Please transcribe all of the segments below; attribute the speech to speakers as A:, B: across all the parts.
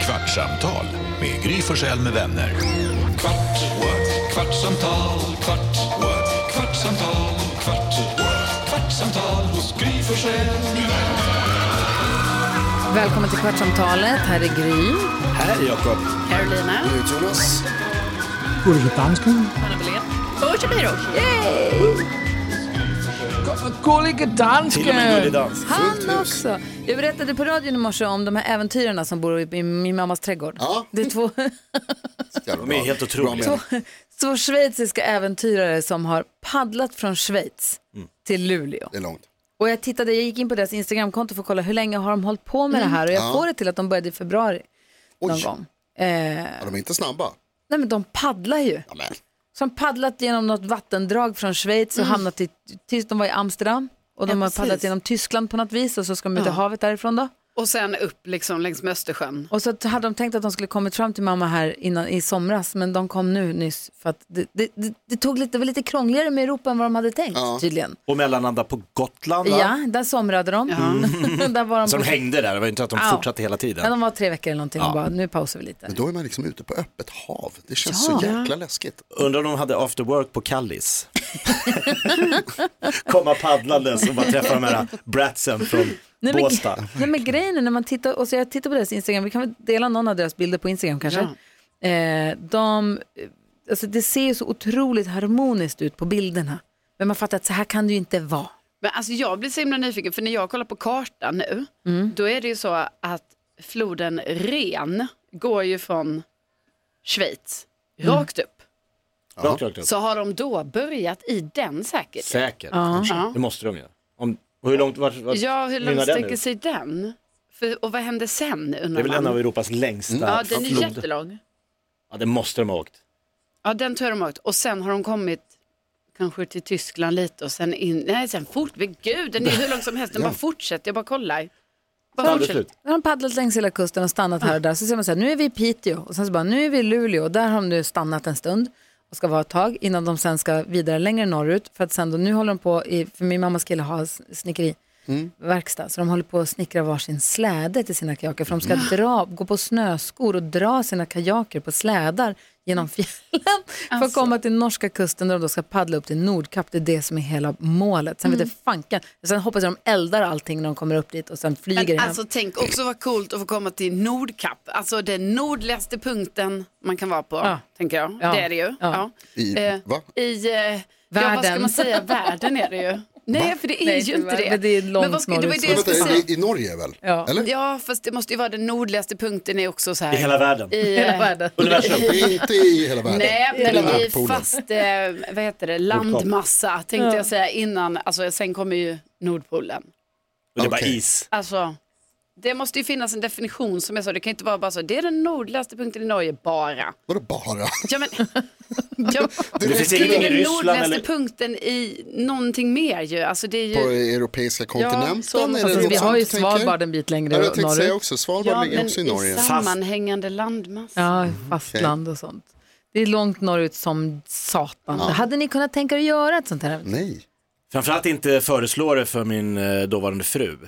A: Kvartsamtal med Gry Forssell med vänner. Kvart, what? kvartsamtal, kvart, what? kvartsamtal, kvart, what? kvartsamtal hos Gry Forssell med vänner.
B: Välkommen till Kvartsamtalet. Här är Gry.
C: Här Jakob.
B: Carolina.
C: Jonas.
D: Gullige
C: Till och med
D: dansken!
C: gullig dansk.
B: Han också. Jag berättade på radion i morse om de här äventyrarna som bor i min, min mammas trädgård.
E: Ja.
B: Det är två,
C: De är helt otroliga.
B: två schweiziska äventyrare som har paddlat från Schweiz till Luleå.
E: Mm. Det är långt.
B: Och jag tittade, jag gick in på deras Instagramkonto för att kolla hur länge har de hållit på med det här och jag får det till att de började i februari någon
E: Mm. Oj.
B: gång. Eh,
E: Ja, de är inte snabba.
B: nej men de paddlar ju.
E: Ja, men.
B: Så de paddlat genom något vattendrag från Schweiz och
E: Mm.
B: hamnat i, tills de var i Amsterdam. Och de
F: Ja,
B: har
F: precis.
B: paddlat genom Tyskland på något vis och så ska de ut i havet därifrån då.
F: Och sen upp liksom längs med Östersjön.
B: Och så hade de tänkt att de skulle kommit fram till mamma här innan, i somras, men de kom nu nyss. För att det, det, det, det, tog lite, det var lite krångligare med Europa än vad de hade tänkt
E: Ja.
B: tydligen.
C: Och mellanlanda på Gotland va?
B: Ja, där somrade de. där var de,
C: Så de
B: på-
C: hängde där, det var ju inte att de
B: Ja.
C: fortsatte hela
B: Ja,
C: tiden.
B: de var tre veckor eller någonting och bara, nu pausar vi lite.
E: Men då är man liksom ute på öppet hav. Det känns
B: Ja.
E: så jäkla läskigt.
C: Undrar om de hade after work på Kallis. Komma paddlandes och bara träffa de här bratsen från
B: men,
C: Båstad.
B: nej, men grejen är när man tittar, och så jag tittar på deras Instagram, vi kan väl dela någon av deras bilder på Instagram kanske. Eh, de, eh, alltså det ser ju så otroligt harmoniskt ut på bilderna. Men man fattar att så här kan det ju inte vara.
F: Men alltså jag blir så himla nyfiken för när jag kollar på kartan nu,
C: Mm.
F: då är det ju så att floden Ren går ju från Schweiz
C: Mm.
F: rakt upp.
C: Rakt, rakt upp.
F: Så har de då börjat i den säkert?
C: Säkert. Det måste de ju. Om, och hur långt, vart, vart
F: Ja, hur långt
C: mynnar den
F: sträcker
C: ut?
F: sig den? För, och vad händer sen
C: Det är
F: undrar
C: väl
F: man?
C: en av Europas längsta
F: ja, den är
C: flod.
F: jättelång.
C: Ja, det måste de ha åkt.
F: Ja, den tror jag de har åkt. Och sen har de kommit kanske till Tyskland lite och sen in, nej sen fort, men gud, den är hur lång som helst, den bara fortsätter, jag bara kollar. Bara
C: Ja, det är
F: fortsätter.
C: slut.
B: När de paddlat längs hela kusten och stannat här och där så ser man så här, nu är vi i Piteå och sen så bara, nu är vi i Luleå och där har de nu stannat en stund och ska vara ett tag innan de sen ska vidare längre norrut för att sen då, nu håller de på, i, för min mammas kille har s- snickeri. verkstad, så de håller på att snickra varsin släde till sina kajaker, för de ska dra, gå på snöskor och dra sina kajaker på slädar genom fjällen för att
F: Alltså.
B: komma till norska kusten där de då ska paddla upp till Nordkap, det är det som är hela målet. Sen
F: Mm.
B: vet jag fanken, sen hoppas jag de eldar allting när de kommer upp dit och sen flyger det
F: Men
B: hem.
F: alltså tänk också vad coolt att få komma till Nordkapp, alltså den nordligaste punkten man kan vara på,
B: Ja.
F: tänker jag.
B: Ja.
F: Det är det ju.
B: Ja.
F: Ja.
E: I- va?
F: I, eh, Ja, vad ska
B: Världen.
F: man säga, världen är det ju. Nej, för det är
B: Nej,
F: ju
B: inte
F: inte det.
B: världen, det är långt
F: Men vad ska- det var ju
B: norrut.
F: det
E: Men
F: jag
E: vänta,
F: skulle
E: är
F: säga.
E: det i Norge väl?
B: Ja.
E: Eller?
F: Ja, fast det måste ju vara den nordligaste punkten är också så här.
C: I hela världen.
F: I, eh,
B: hela världen.
C: Universum.
E: Det är inte i hela världen.
F: Nej,
E: Det är
F: men
E: nära
F: i
E: polen.
F: fast eh, vad heter det, landmassa tänkte jag säga innan. Alltså, sen kommer ju Nordpolen.
C: Och det är bara
E: Okej.
C: is.
F: Alltså, det måste ju finnas en definition som är så. Det kan ju inte vara bara så. Det är den nordligaste punkten i Norge bara.
E: Vadå bara?
F: Ja, men, ja,
C: Det finns
F: det
C: ingen i
F: är den
C: Ryssland
F: nordligaste
C: eller...
F: punkten i någonting mer ju. Alltså, det är
E: På
F: ju
E: europeiska
F: så-
E: kontinenten? är det
F: Alltså,
E: något
B: vi har ju
E: sånt, tänker jag?
B: Svalbard en bit längre
E: Ja, jag tänkte säga
B: norrut.
E: också, Svalbard
F: ja,
E: ligger
F: men
E: också i
F: i
E: Norge.
F: sammanhängande landmassa.
E: Mm,
B: Ja, fastland och sånt. Det är långt norrut som satan. Hade ni kunnat tänka er att göra ett sånt här äventyr?
E: Nej.
C: Framförallt inte föreslå det för min eh, dåvarande fru.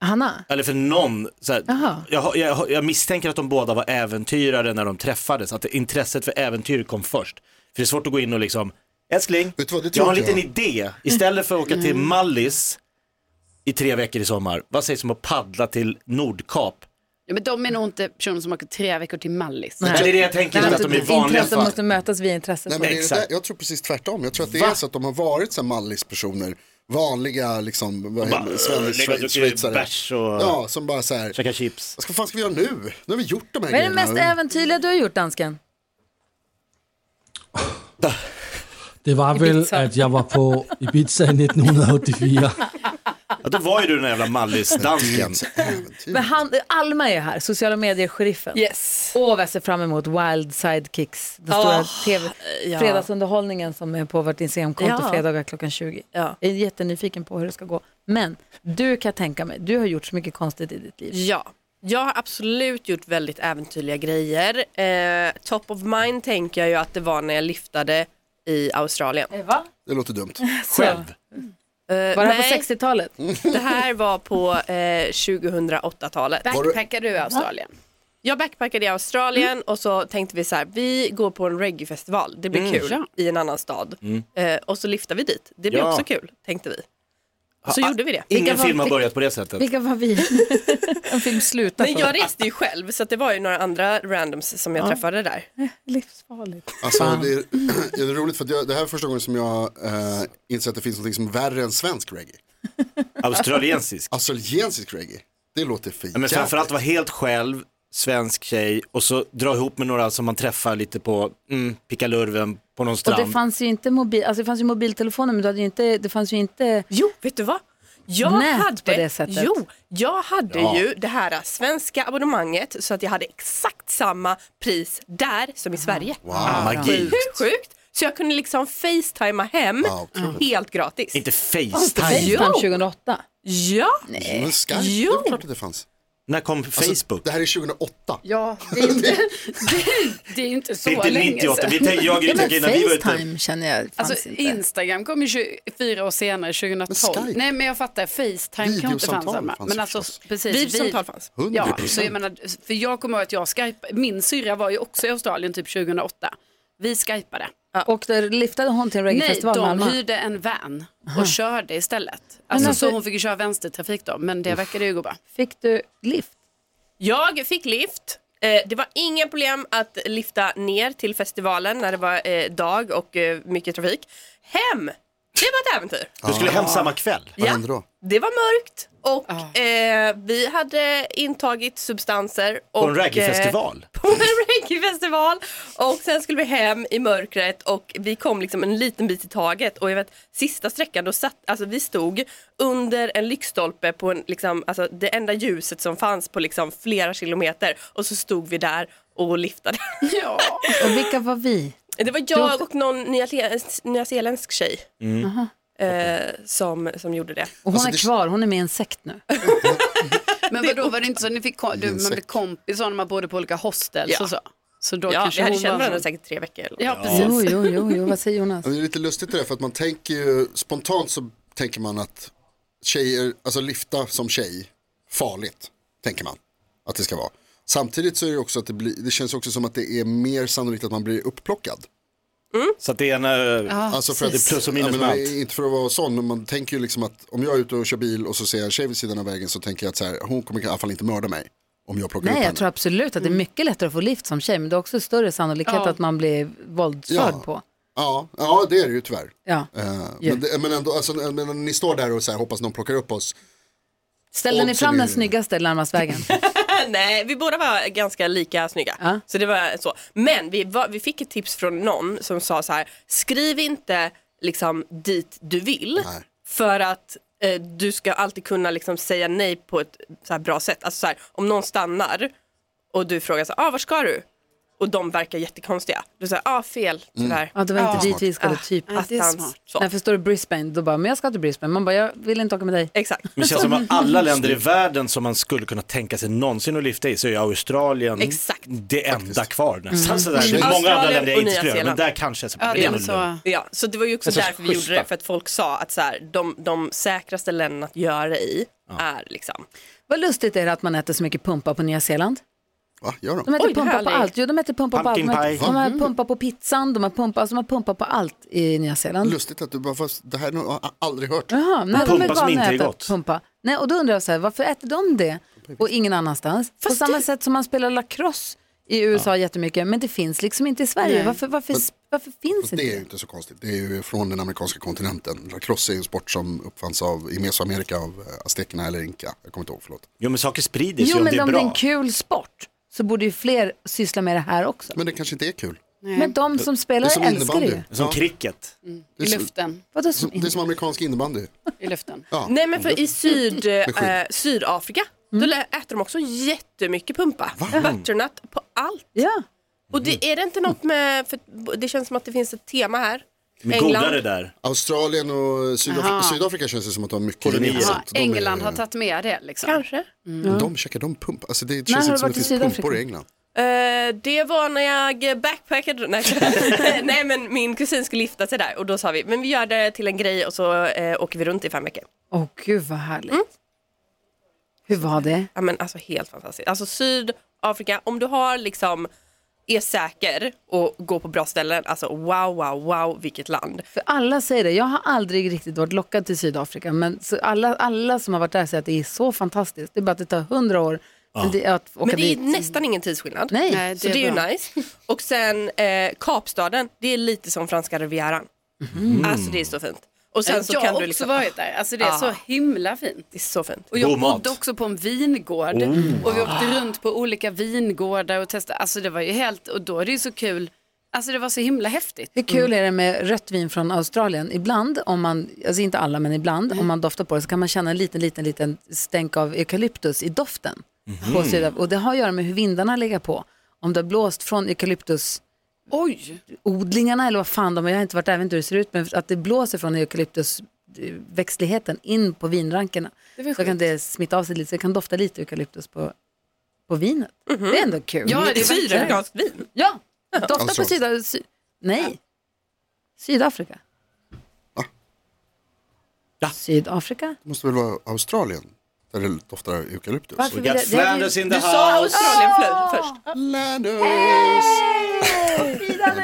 B: Hanna?
C: Eller för någon. Så här,
B: Jaha.
C: jag, har- jag, har- jag misstänker att de båda var äventyrare när de träffades. Att intresset för äventyr kom först. För det är svårt att gå in och liksom, älskling,
E: Vet du vad, det
C: jag
E: tror
C: har en
E: inte
C: liten
E: jag."
C: idé. Istället för att åka
B: Mm.
C: till Mallis i tre veckor i sommar, vad sägs om att paddla till Nordkap?
F: Ja, men de är nog inte personer som åker tre veckor till Mallis.
C: Nej. Det är det jag tänker,
B: Nej,
C: att de i
B: alltså,
C: vanliga
B: intressen
C: fall.
B: måste mötas via intressen.
E: Nej, men det är det
C: Exakt.
E: där, jag tror precis tvärtom. Jag tror att det
C: Va?
E: är så att de har varit så här mallispersoner, vanliga liksom, vad heter det, svensk-
C: lägga och dricka
E: schweizare.
C: bärs och
E: Ja, som bara så här,
C: käka chips.
E: vad ska- fan ska vi göra nu? Nu har vi gjort de här
B: Vad är det
E: grejerna.
B: mest äventyrliga du har gjort, dansken?
G: Det var väl
B: Ibiza.
G: att jag var på Ibiza 1984.
C: Ja, då var ju du den där jävla Mallis-dansken.
B: Men han, Alma är här, sociala medier-sheriffen.
F: Yes.
B: Åh, vad jag ser fram emot Wild Sidekicks, den stora TV,
H: Eh,
F: ja.
B: fredagsunderhållningen som är på vårt Instagramkonto
F: Ja.
B: fredagar klockan 20.
F: Ja.
B: Jag är jättenyfiken på hur det ska gå. Men du kan jag tänka mig, du har gjort så mycket konstigt i ditt liv.
H: Ja, jag har absolut gjort väldigt äventyrliga grejer. Eh, top of mind tänker jag ju att det var när jag liftade i Australien.
B: Eh, Va?
E: Det låter dumt.
C: Själv.
B: Var
H: Eh,
B: det här
H: nej,
B: på 60-talet?
H: det här var på eh, 2008-talet.
F: Backpackar du i Australien?
H: Jag backpackade i Australien
B: Mm.
H: och så tänkte vi så här, vi går på en reggaefestival, det blir kul
F: Ja.
H: i en annan stad. Eh, och så lyfter vi dit, det blir
C: Ja.
H: också kul, tänkte vi. Så
C: Ah,
H: gjorde vi det.
C: Ingen
B: Vilka var-
C: film har börjat på det sättet.
B: Vilka var vi? en film slutar
H: Men jag reste ju själv så att det var ju några andra randoms som jag träffade där.
B: Livsfarligt.
E: Alltså, det, är, det är roligt för att jag, det här är första gången som jag eh, inser att det finns något som är värre än svensk reggae.
C: Australiensisk.
E: Australiensisk reggae, det låter för
C: Ja, men framförallt vara helt själv, svensk tjej och så dra ihop med några som man träffar lite på mm, pickalurven på någon
B: Och
C: strand.
B: det fanns ju inte mobil, alltså det fanns ju mobiltelefoner men du hade ju inte, det fanns ju inte,
H: Jo, vet du vad? Jag
B: Nät på
H: hade,
B: det sättet.
H: Jo, jag hade ju det här svenska abonnemanget så att jag hade exakt samma pris där som i Sverige.
C: Ah, magi.
H: Hur sjukt? Så jag kunde liksom facetima hem Mm.
E: Ja, otroligt.
H: helt gratis.
C: Inte
H: Aj,
C: Facetime.
H: jo.
B: Facetime 2008.
H: Ja,
E: Men Skype,
H: Jo.
E: det är klart att det fanns.
C: När kom Facebook?
E: Alltså, Det här är 2008.
F: Ja, det är inte, det, är- det är inte så
C: Det är inte
F: länge
C: 98.
F: sedan.
C: Vi tänker, jag och Gry
B: Ja, men
C: tänker innan vi var ute.
B: Facetime känner jag fanns
F: Alltså,
B: inte.
F: Instagram kom ju 24 år senare, 2012.
E: Men Skype?
F: Nej, men jag fattar, Facetime kan ju inte
E: Videosamtal
F: fanns samma.
E: fanns ju
F: Men alltså,
E: förstås.
F: precis.
H: videosamtal fanns.
E: 100%.
F: Ja, så jag menar, för jag kommer ihåg att jag Skype, min syrra var ju också i Australien typ 2008. Vi skypade.
B: Och där liftade hon till en
F: Nej,
B: reggaefestival i
F: de
B: Malmö.
F: hyrde en van och körde istället. Alltså,
B: alltså-
F: Så hon fick ju köra vänstertrafik då, men det verkade ju gå bra.
B: Fick du lift?
H: Jag fick lift. Eh, Det var inga problem att lifta ner till festivalen när det var eh, dag och eh, mycket trafik. Hem! Det var ett äventyr.
C: Du skulle hem samma kväll.
E: Vad hände då?
H: Det var mörkt och eh, vi hade intagit substanser. Och,
C: På en raggyfestival.
H: Eh, på en reggaefestival. Och sen skulle vi hem i mörkret och vi kom liksom en liten bit i taget. Och jag vet, sista sträckan då satt, alltså vi stod under en lyktstolpe på en, liksom, alltså, det enda ljuset som fanns på liksom, flera kilometer. Och så stod vi där och liftade.
F: Ja.
B: Och vilka var vi?
H: Det var jag och någon nyzeeländsk nya tjej.
F: Mm.
H: Eh, som, som gjorde det.
B: Och hon
E: Alltså,
B: är
E: det-
B: kvar, hon är med i en sekt nu.
F: Men vadå, var det inte så att ni fick, kom- du, man blev
E: Insekt.
F: kompisar när man bodde på olika hostels
H: Ja.
F: och så? Så då
H: Ja,
F: kanske
H: vi hade
F: hon
H: känt
F: var
H: varandra
F: så-
H: säkert tre veckor. Eller
F: Ja, precis.
B: Jo, jo, jo, jo. vad säger Jonas?
E: Ja, men Det är lite lustigt det där, för att man tänker ju, spontant så tänker man att tjejer, alltså lyfta som tjej, farligt, tänker man att det ska vara. Samtidigt så är det också att det blir, det känns också som att det är mer sannolikt att man blir upplockad.
C: Så att det är en... eh,
E: Alltså för att,
C: Det är plus och minus
E: Ja, men
C: med
E: det är
C: allt.
E: Inte för att vara sån, men man tänker ju liksom att om jag är ute och kör bil och så ser jag en tjej vid sidan av vägen så tänker jag att så här, hon kommer i alla fall inte mörda mig om jag plockar upp
B: Nej,
E: henne.
B: jag tror absolut att det är mycket lättare att få lift som tjej, men det är också större sannolikhet
F: Ja.
B: att man blir våldsförd
E: Ja.
B: på.
E: ja, ja, det är det ju tyvärr.
B: Ja.
E: Eh,
B: Ja.
E: men, det, men ändå, alltså, men ni står där och så här, hoppas någon plockar upp oss.
B: Ställde ni
E: Och
B: fram
E: så
B: den
E: blir-
B: snyggaste Larmasvägen?
H: Nej, vi båda var ganska lika snygga.
B: Ja.
H: Så det var så. Men vi, var, vi fick ett tips från någon som sa så här, skriv inte liksom dit du vill
E: Nej.
H: för att eh, du ska alltid kunna liksom säga nej på ett så här bra sätt. Alltså så här, om någon stannar och du frågar så här, ah, var ska du? Och de verkar jättekonstiga. Du säger, ah fel
C: Mm.
H: tyvärr.
B: Ja, det var inte
F: Ja.
B: dit vi skulle, typ.
F: Ja, det är
H: Attans.
F: smart.
H: Så.
B: Nej, för står det Brisbane, då bara, men jag ska till Brisbane. Man bara, jag vill inte åka med dig.
H: Exakt.
C: Det känns som att alla länder i världen som man skulle kunna tänka sig någonsin att lyfta i så är Australien
H: Exakt.
C: det enda kvar nästan. Så där. Det är
E: Mm.
C: många andra
H: Australien
C: länder jag
H: och
C: inte
H: Nya
C: skulle göra, men
H: Zeeland.
C: där kanske. Så,
F: Ja, det är
C: nog lugnt.
F: så.
H: Ja, så det var ju
C: Det
H: också
C: är så
H: därför vi
C: schyssta.
H: gjorde det, för att folk sa att så här, de, de säkraste länderna att göra i är liksom
B: Vad lustigt är det att man äter så mycket pumpa på Nya Zeeland.
E: Va, gör de?
B: De äter
H: Oj, det har
B: pumpa
H: jag
B: på
H: aldrig-
B: allt. Jo, de äter pumpa på allt.
C: Pumpkin
B: De, äter,
C: pie.
B: de har pumpa på pizzan, de har pumpa, alltså de har pumpa på allt i Nya Zeeland.
E: Lustigt att du bara, fast det här har jag aldrig hört.
B: Jaha, nej, de
C: Pumpa
B: är
C: som
B: vana
C: inte
B: att
C: är
B: äta
C: gott.
B: pumpa. Nej, och då undrar jag så här, varför äter de det och ingen annanstans? på
H: Fast
B: samma
H: det-
B: sätt som man spelar lacrosse i USA jättemycket, men det finns liksom inte i Sverige. Varför, varför, varför finns
E: Fast
B: inte
E: det är ju
B: det?
E: inte så konstigt. Det är ju från den amerikanska kontinenten. Lacrosse är ju en sport som uppfanns av, i Mesoamerika av eh, aztekerna eller inka. Jag kommer inte ihåg, förlåt.
C: Jo men saker sprider sig
B: Jo,
C: om det
B: men
C: är
B: om det är en
C: bra.
B: kul sport så borde ju fler syssla med det här också.
E: Men det kanske inte är kul.
B: Men de som
E: Det
B: spelar
E: är som
B: älskar det
E: innebandy.
B: ju.
C: Som cricket.
E: Det
F: I
E: är, som,
F: luften.
B: Vadå som
E: det är som amerikansk innebandy.
F: I luften.
E: Ja.
H: Nej men för i syd,
E: skit.
H: eh, Sydafrika, då lä- äter de också jättemycket pumpa. Butternut på allt.
B: Ja.
H: Och det, är det inte något med, för det känns som att det finns ett tema här.
C: Men googla det där.
E: Australien och Sydafrika, Sydafrika känns det som att de har mycket
C: Kolonier.
F: Ja,
E: gemensamt. De är-
F: England har tagit med det liksom.
H: Kanske.
E: De käkar de pump. Alltså det
B: har
E: känns
B: du
E: inte som
B: varit
E: att
B: i
E: det finns
B: Sydafrika?
E: pumpor i England.
H: Eh, det var när jag backpackade, nej, nej men min kusin skulle gifta sig där och då sa vi, men vi gör det till en grej och så eh, åker vi runt i fem veckor.
B: Åh Mm. gud vad härligt. Hur var det?
H: Ja men alltså helt fantastiskt. Alltså Sydafrika Afrika, om du har liksom är säker och går på bra ställen, alltså wow, wow, wow, vilket land.
B: För alla säger det. Jag har aldrig riktigt varit lockad till Sydafrika. Men så alla, alla som har varit där säger att det är så fantastiskt. Det är bara att det tar hundra år ja. det, att åka
H: Men det är
B: dit.
H: nästan ingen tidsskillnad.
B: Nej.
F: Nej,
H: Så det är ju nice. Och sen eh, Kapstaden, det är lite som franska rivieran. Alltså det är så fint. Och sen så
F: jag
H: kan
F: har också
H: du liksom,
F: varit där. Alltså det är
H: Ah.
F: så himla fint.
H: det är så fint.
F: Och jag
C: God mat. Oh.
F: bodde också på en vingård och vi åkte runt på olika vingårdar och testade. Alltså det var ju helt, och då är det ju så kul. Alltså det var så himla häftigt.
B: Hur kul är det med rött vin från Australien? Ibland, om man, alltså inte alla men ibland, om man doftar på det så kan man känna en liten, liten, liten stänk av eukalyptus i doften. På
F: Mhm.
B: Sydaf- och det har att göra med hur vindarna lägger på. Om det har blåst från eukalyptusodlingarna
F: Oj,
B: eller vad fan de är, jag har inte varit där, jag vet inte hur det ser ut, men att det blåser från eukalyptusväxtligheten in på vinrankerna. Så kan det smitta av sig lite, så det kan dofta lite eukalyptus på, på vinet. Det är ändå kul.
F: Mhm. Ja, det är verkligen.
H: Sydafrikanskt vin.
B: Ja, dofta på
E: Australien.
B: Syda... Sy, nej, Sydafrika.
E: Va?
C: Ja.
B: Sydafrika?
E: Det måste väl vara Australien där det doftar eukalyptus?
B: Varför
C: We got
B: det är ju-
C: Flanders in the
H: Du
F: Ah.
H: sa
C: house.
H: Australien fl- först.
E: Landers! Jag pratar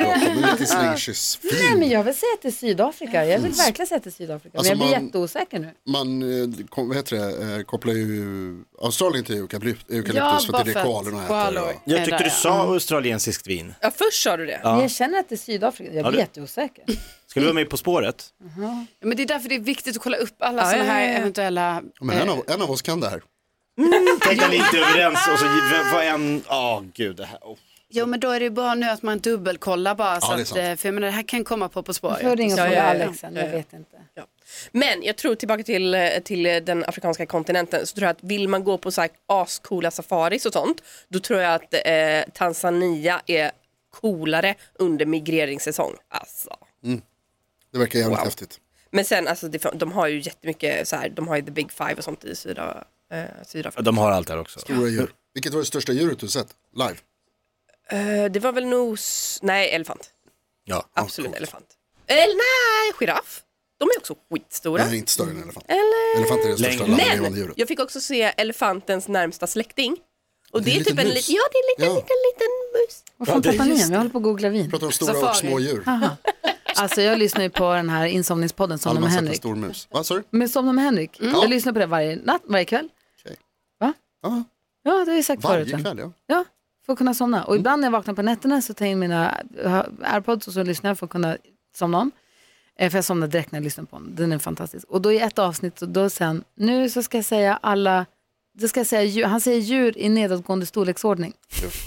E: med lite slängkyss.
B: Nej, men jag vill säga att det är Sydafrika. Jag vill verkligen säga att det är Sydafrika.
E: Alltså,
B: men jag blir
E: man-
B: jätteosäker nu.
E: Man eh, kom, vad heter det, eh, kopplar ju Australien till eukalyptus
F: Ja,
E: eukalyptus för
F: bara
E: att det
F: för
E: är det
F: att
E: koalorna äter.
F: koalor.
E: Och,
C: Jag tyckte
F: Eller,
C: du sa australiensiskt vin.
H: Ja, först sa du det.
B: Men jag känner att det är Sydafrika. Jag
C: Ja,
B: blir
C: det-
B: jätteosäker.
C: Ska du vara med På spåret?
F: Men det är därför det är viktigt att kolla upp alla
H: Ja,
F: sådana
H: ja,
F: här
H: ja, ja.
F: eventuella...
E: men en
F: eh,
E: av, en av oss kan det här.
C: Tänk att ni inte är överens och så var en... Ja, gud det här. Oh.
F: Jo men då är det ju bra nu att man dubbelkollar bara. så
E: det är
F: att,
E: sant.
F: eh, för jag menar det här kan komma på På
B: Jag får
F: spåret.
B: ringa och
H: Ja,
B: fråga
H: ja, ja.
B: Alex sen.
H: Ja,
B: Jag
H: ja.
B: vet inte.
H: Ja. Men jag tror tillbaka till, eh, till eh, den afrikanska kontinenten så tror jag att vill man gå på så här ascoola safaris och sånt då tror jag att eh, Tanzania är coolare under migreringssäsong. Alltså.
E: Det verkar jävligt häftigt.
H: Men sen alltså det, de har ju jättemycket så här, de har ju the big five och sånt i Syda, eh, Sydafrika.
C: De har allt här också.
E: Stora djur. Vilket var det största djuret du sett live?
H: Eh, det var väl nos, nej elefant,
C: Ja.
H: absolut elefant. Eller nej, giraff. De är också skitstora.
E: Nej, inte större än elefant.
H: Eller?
E: Elefant är det största
C: Längre.
E: landlevande
H: Men
E: djuret.
H: jag fick också se elefantens närmsta släkting. Och
E: Det
H: det
E: är
H: är,
E: en
H: typ
E: liten
H: en
E: mus.
H: liten, ja det är
E: Ja.
H: en liten, liten, liten mus.
B: Vad fan tappar ni igen? Jag håller på att googla vin.
E: Pratar om stora och
F: Safari.
E: små djur.
B: Alltså jag lyssnar ju på den här insomningspodden Somna med
E: Alma sett en
B: Henrik.
E: stor mus. Vad sa du?
B: Men Somna med Henrik.
E: Ja.
B: Jag lyssnar på det varje natt, varje kväll.
E: Okej.
B: Va?
E: Ja,
B: Ja, det har jag ju sagt förut.
E: varje
B: ja.
E: kväll ja.
B: Ja, för att kunna somna.
C: Mm.
B: Och ibland när jag vaknar på nätterna så tar jag in mina airpods och så lyssnar jag för att kunna somna om. Eh, För jag somnar direkt när jag lyssnar på den. Den är fantastisk. Och då i ett avsnitt, och då sen, nu så ska jag säga alla, då ska jag säga, djur- han säger djur i nedåtgående storleksordning.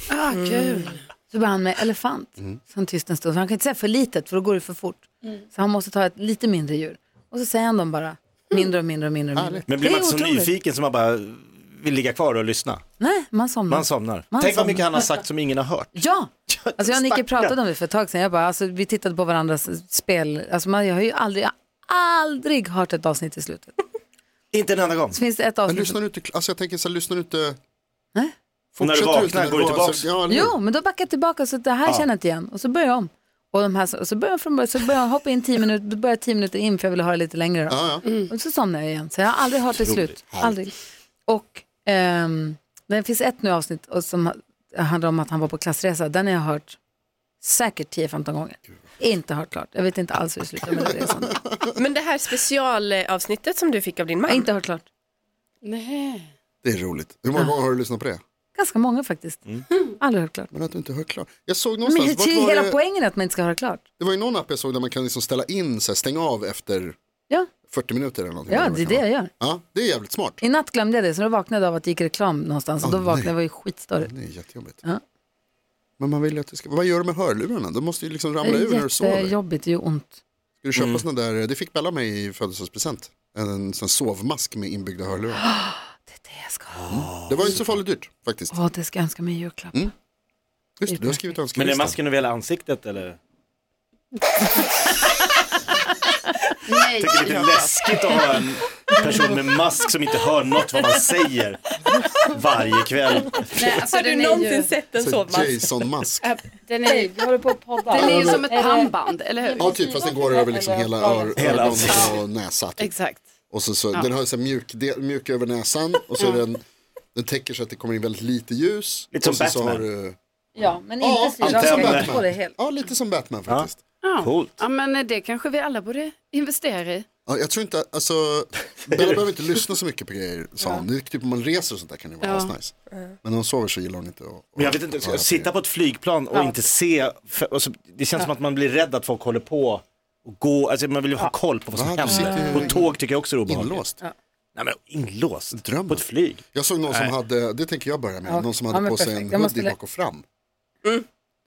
F: Ah,
C: Mm.
F: kul.
B: Så börjar han med elefant, så han tyst en stund. För han kan inte säga för litet, för då går det för fort.
F: Mm.
B: Så han måste ta ett lite mindre djur. Och så säger han dem bara, mindre och mindre och mindre. Och mindre.
E: Härligt.
C: Men blir
B: Det
C: man
B: är
C: inte så
B: otroligt.
C: nyfiken som man bara vill ligga kvar och lyssna?
B: Nej, man somnar.
C: Man somnar.
B: Mm. Man
C: Tänk vad
B: somnar.
C: mycket han har sagt som ingen har hört.
B: Ja! Alltså jag och Nicky
C: Stackarn.
B: pratade om det för ett tag sedan. Jag bara, alltså, vi tittade på varandras spel. Alltså man, jag har ju aldrig, jag har aldrig hört ett avsnitt i slutet.
C: Inte en enda gång.
B: Så finns det ett
E: Men
B: avsnitt.
E: lyssnar du inte, alltså jag tänker så här, lyssnar du inte...
B: Nej.
C: När du
E: Fortsätter
C: vaknar,
E: inte
C: går du
E: var-
C: tillbaks?
E: alltså, ja, eller hur?
B: Jo, men då backar jag tillbaka så att det här känner jag inte igen. Och så börjar jag om. Och, de här, och så börjar jag från början, så börjar jag hoppa in tio minuter, då börjar jag tio minuter in för jag vill höra lite längre. Då.
E: Ja, ja.
B: Och så somnar jag igen. Så jag har aldrig hört det slut. Aldrig. Och ehm, det finns ett nu avsnitt och som ha- handlar om att han var på klassresa. Den har jag hört säkert 10-15 gånger. Inte hört klart. Jag vet inte alls hur det slutar med den resan.
H: Men det här specialavsnittet som du fick av din man.
B: Jag har inte hört klart.
F: Nej.
E: Det är roligt. Hur många gånger har du lyssnat på det?
B: Ganska många faktiskt. Aldrig hört klart.
E: Men att du inte hör klart. Jag såg
B: Men
E: Mm. någonstans,
B: det är ju
E: vart var
B: hela
E: det,
B: poängen att man inte ska höra klart.
E: det var ju någon app jag såg där man kan liksom ställa in, så här, stänga av efter
B: Ja,
E: 40 minuter eller någonting.
B: ja
E: Eller vad
B: det är det
E: kan
B: jag
E: vara.
B: gör.
E: Ja, det är jävligt smart.
B: I natt glömde jag det, så då vaknade jag av att det gick reklam någonstans. Och då
E: Åh,
B: vaknade
E: nej.
B: jag var ju skitstörigt.
E: Det är jättejobbigt.
B: Ja.
E: Men man vill ju att det ska... Vad gör du med hörlurarna? De måste ju liksom ramla ur när du sover. Ska
B: Jättejobbigt, det gör ont.
E: du köpa såna där, det fick Bella mig i födelsedagspresent. En sån sovmask med inbyggda hörlurar.
B: Det är det jag ska ha.
E: Det var inte så farligt dyrt faktiskt.
B: Åh, det ska jag önska mig i julklapp.
E: Mm, Just det, du har skrivit önskelistan.
C: Men är masken över hela ansiktet eller?
F: Nej.
C: Det är lite läskigt att ha en person med mask som inte hör något vad man säger varje kväll.
F: Nej, alltså,
H: Har du
F: den är
H: någonsin
F: ju-
H: sett en
E: Så
H: sovmask?
E: Jason-mask.
F: Den är,
B: Vi håller på att podda.
F: den är ju som ett pannband, eller hur?
E: Ja, typ, fast den går över liksom hela ör,
C: Hela
E: ögon
C: ansiktet.
E: och näsa. Typ.
F: Exakt.
E: Och så, så, Den har så här mjuk, del, mjuk över näsan och så är den Den täcker så att det kommer in väldigt lite ljus.
C: Lite som
E: och sen så
C: Batman.
E: har du-
B: Ja, men
E: Ja,
B: inte
E: lite som
B: syrgas. på det
E: Batman.
B: helt.
E: Ja, lite som Batman faktiskt.
F: Ja.
C: Coolt.
F: ja, men eh, det kanske vi alla borde investera i.
E: Ja, jag tror inte, alltså, Bella behöver inte lyssna så mycket på grejer, sa hon. Det är Typ om man reser och sånt där kan det vara
F: Ja.
E: asnice. Men när hon sover så gillar hon inte att
C: Men jag vet inte,
E: att
C: ska
E: höra
C: jag
E: på
C: sitta på ett flygplan och inte se, för, och så, det känns som att man blir rädd att folk håller på och gå, alltså man vill ju ha koll på vad som
E: Ja, du
C: händer.
E: sitter ju
C: På tåg tycker jag också det är
E: grejer.
C: obehagligt.
E: Inlåst.
C: Nej men inlåst,
E: Drömmen.
C: på ett flyg.
E: Jag såg någon som hade, det tänker jag börja med,
B: Ja.
E: någon som
B: Ja,
E: hade
B: men
E: på sig
B: perfekt.
E: en
B: Jag måste
E: hoodie
B: lä-
E: bak och fram.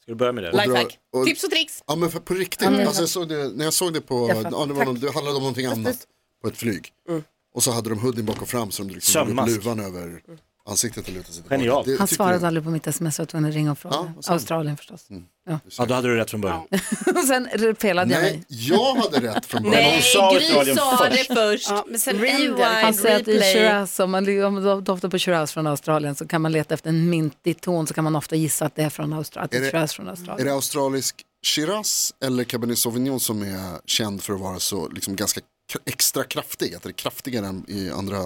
C: Ska du börja med det?
E: Och
H: Lifehack.
E: dra- och-
H: Tips och tricks.
E: Ja men för, på riktigt, alltså, jag såg det, när jag såg det på,
B: Jag fattar.
E: ja, det, var
B: Tack.
E: någon, det handlade om någonting annat på ett flyg. Och så hade de hoodien bak och fram så de liksom drog upp
C: Sömmask.
E: luvan över ansiktet och lutade sig
C: Genialt.
E: Det
B: Han
E: tyckte
B: svarade
E: jag-
B: aldrig på mitt sms, jag var tvungen att ringa och fråga.
E: Ja, Mm. vad sa han?
B: Australien förstås.
C: Ja då hade du rätt från början.
B: Och sen felade jag mig.
E: Nej, jag hade rätt från början.
H: Nej,
C: hon sa
H: Gry
C: Australien
H: sa
C: först.
H: det först.
F: Ja, men sen
H: Rewind.
F: ändrar-
B: Han säger att i
H: replay.
B: Shiraz, om man li- om man doftar på Shiraz från Australien så kan man leta efter en mintig ton så kan man ofta gissa att det är från Australien. Att det
E: Är
B: är
E: det-
B: Shiraz från
E: Är
B: Australien.
E: det australisk Shiraz eller Cabernet Sauvignon som är känd för att vara så liksom ganska k- extra kraftig? Att det är kraftigare än i andra...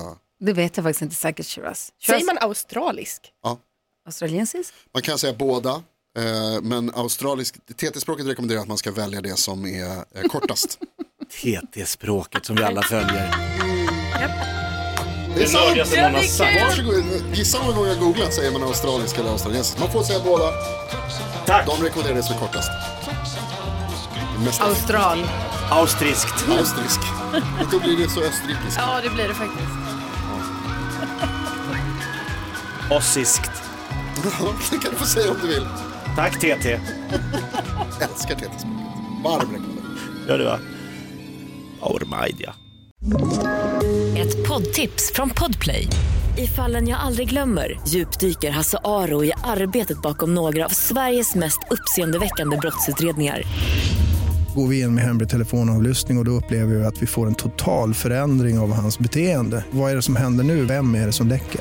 B: Det vet jag faktiskt inte säkert Shiraz. Shiraz
H: Säger man australisk?
E: Ja.
B: australiensisk?
E: Man kan säga båda, eh, men australisk... TT-språket rekommenderar att man ska välja det som är eh, kortast.
C: TT-språket som vi alla följer.
E: det är sant!
C: någon har sagt.
E: Varsågod, gissa hur många gånger jag googlat säger man australisk eller australiensisk. Man får säga båda.
C: Tack!
E: De rekommenderar det som är kortast. Mest
B: Austral.
C: Austriskt.
E: austrisk. Då blir det så österrikiskt.
F: Ja, det blir det faktiskt.
C: Ossiskt.
E: det kan du få säga om du vill.
C: Tack TT.
E: Älskar TT-språket. Varm rekommendation.
C: Gör det va? Ormaidia.
D: Ett poddtips från Podplay. I fallen jag aldrig glömmer djupdyker Hasse Aro i arbetet bakom några av Sveriges mest uppseendeväckande brottsutredningar.
I: går vi in med hemlig telefonavlyssning och, och då upplever vi att vi får en total förändring av hans beteende. Vad är det som händer nu? Vem är det som läcker?